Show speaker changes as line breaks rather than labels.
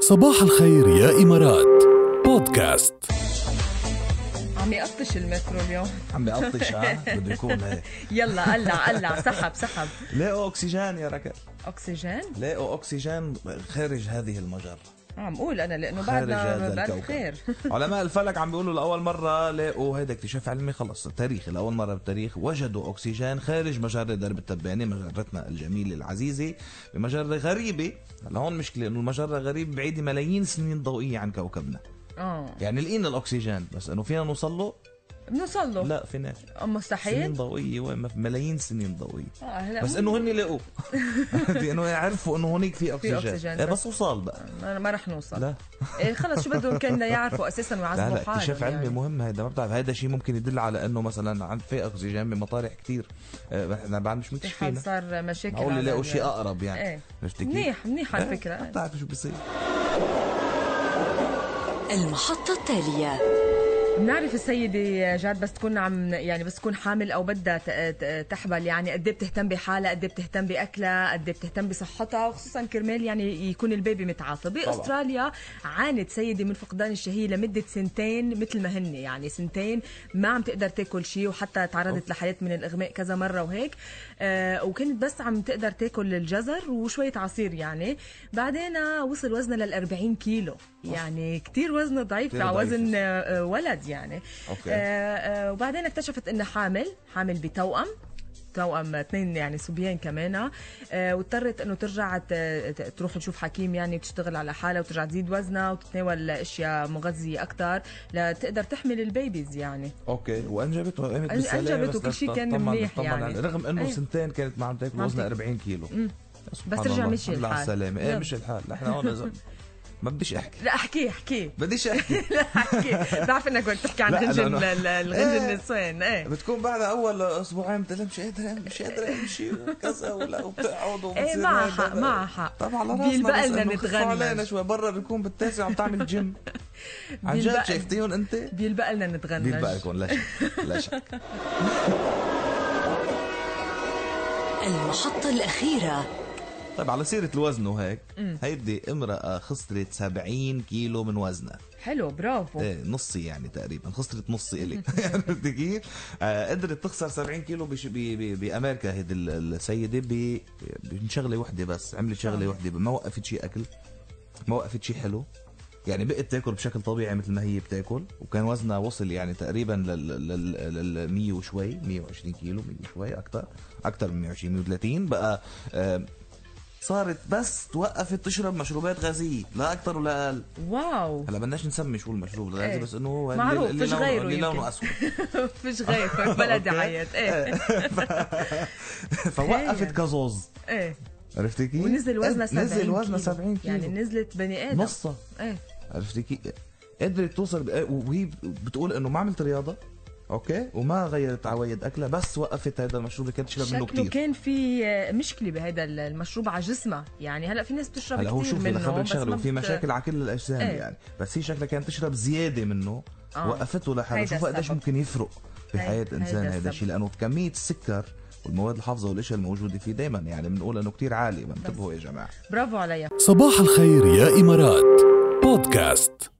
صباح الخير يا إمارات بودكاست
عم يقطش المترو اليوم
عم بقطش ها بده يكون هيك
يلا قلع قلع سحب سحب
لاقوا اكسجين يا ركا
اكسجين
لاقوا اكسجين خارج هذه المجره
عم قول انا لانه
خارج
بعدنا
هذا
بعد
الكوكب
خير
علماء الفلك عم بيقولوا لاول مره لاقوا هيدا اكتشاف علمي خلص تاريخي لاول مره بالتاريخ وجدوا اكسجين خارج مجره درب التبانه مجرتنا الجميله العزيزه بمجره غريبه هلا هون مشكله انه المجره غريبه بعيده ملايين سنين ضوئيه عن كوكبنا
اه
يعني لقينا الاكسجين بس انه فينا نوصل له
بنوصل له
لا فيناش سنين
آه، مستحيل
ضوئيه وين ما في ملايين سنين ضوئيه
آه، هلا
بس انه هن لقوه انه عرفوا انه هونيك في
أكسجين،
اكسجين إيه،
بس-
بس وصال بقى
ما ما رح نوصل
لا
إيه خلص شو بدهم كان لا يعرفوا اساسا
لا
ويعذبوا
لا
حالهم
اكتشاف علمي
يعني.
مهم هيدا ما بتعرف هيدا شيء ممكن يدل على انه مثلا عن في اكسجين بمطارح كثير احنا بعد مش
في حال
مكتشفين
صار مشاكل
معقول
على
يلاقوا
ال-
شيء اقرب يعني
إيه.
عرفت كيف؟
منيح منيح
إيه،
على فكره
ما
إيه.
بتعرف شو بصير
المحطة التالية
بنعرف السيدة جاد بس تكون عم يعني بس تكون حامل او بدها ت- ت- تحبل يعني قد إيه بتهتم بحالها قد إيه بتهتم باكلها قد إيه بتهتم بصحتها وخصوصا كرمال يعني يكون البيبي متعافى باستراليا عانت سيدة من فقدان الشهية لمدة سنتين مثل ما هن يعني سنتين ما عم تقدر تاكل شيء وحتى تعرضت لحالات من الاغماء كذا مرة وهيك آه وكانت بس عم تقدر تاكل الجزر وشوية عصير يعني بعدين آه، وصل وزنها لل 40 كيلو يعني كتير وزنه ضعيف
كتير
على
ضعيف.
وزن آه، آه، ولد يعني
أوكي.
آه، آه، وبعدين اكتشفت انها حامل حامل بتوأم توأم اثنين يعني صبيان كمان آه، واضطرت انه ترجع ت- ت- تروح تشوف حكيم يعني وتشتغل على حالها وترجع تزيد وزنها وتتناول اشياء مغذيه اكثر لتقدر تحمل البيبيز يعني
اوكي وانجبت وقامت
أن-
بالسلامه
أنجبت
بس
وكل شيء كان
طمن-
منيح
طمن
يعني.
عليها. رغم انه
إيه.
سنتين كانت ما عم تاكل
ما عم
وزنها
تاكل.
40 كيلو سبحان
بس رجع
الله.
مشي
الحمد لله على
الحال.
السلامه ايه
يلا.
مشي الحال احنا هون إذا- ما بديش احكي
لا احكي احكي
بديش احكي
لا احكي بعرف انك بدك تحكي عن
لا،
غنج
لا،
ال-
لا.
ال- الغنج
إيه.
النسوان ايه
بتكون بعد اول اسبوعين بتقول مش قادره مش قادره امشي وكذا ولا وبتقعد وبتصير
ايه معها
هيدا.
حق معها حق
طبعا على راسنا
بيلبق
بس
لنا
إنه خفوا علينا
نتغنج
شوي برا بيكون بالتاسع عم تعمل جيم عن
بيلبق-
جد شفتيهم انت؟
بيلبق لنا نتغنج
بيلبق لكم لا شك لا شك
المحطة الأخيرة
طيب على سيره الوزن وهيك هيدي امراه خسرت 70 كيلو من وزنها
حلو برافو
ايه نصي يعني تقريبا خسرت نصي الي عرفت كيف؟ آه، قدرت تخسر 70 كيلو بش- ب- ب- بامريكا هيدي ال- السيده ب- بشغله وحده بس عملت شغله وحده ما وقفت شيء اكل ما وقفت شيء حلو يعني بقت تاكل بشكل طبيعي مثل ما هي بتاكل وكان وزنها وصل يعني تقريبا لل لل- لل 100 وشوي 120 كيلو 100 وشوي اكثر اكثر من 120 130 بقى آه، صارت بس توقفت تشرب مشروبات غازيه لا اكثر ولا اقل
واو
هلا بدناش نسمي شو المشروب الغازي
إيه.
بس انه هو اللي-
معروف،
اللي
فيش
لونه
غيره
اللي
يمكن.
لونه اسود
فيش غيرك بلا
أوكي. إيه.
دعايات ايه
فوقفت كزوز
ايه
عرفتي كيف؟
إيه.
إيه،
ونزل وزنها 70
نزل وزنها
كيلو.
70 كيلو
يعني نزلت بني ادم
نصها
ايه
عرفتي كيف؟ قدرت توصل ب- إيه، وهي بتقول انه ما عملت رياضه اوكي وما غيرت عوايد اكلها بس وقفت هذا المشروب اللي كانت تشرب
شكله
منه كثير
كان في مشكله بهذا المشروب على جسمها يعني هلا في ناس بتشرب
هلا هو
كثير
شوف
منه
انا خبرك
بس
شغله
ما
وفي
بت-
مشاكل على كل الاجسام
إيه.
يعني بس هي شكلها كانت تشرب زياده منه
آه.
وقفته لحالها
هيدا
شوف قديش
السبب.
ممكن يفرق بحياه
هيدا-
انسان
هيدا
هذا
السبب.
الشيء لانه كميه السكر والمواد الحافظه والاشياء الموجوده فيه دائما يعني بنقول انه كتير عالي انتبهوا يا جماعه
برافو عليها
صباح الخير يا إمارات بودكاست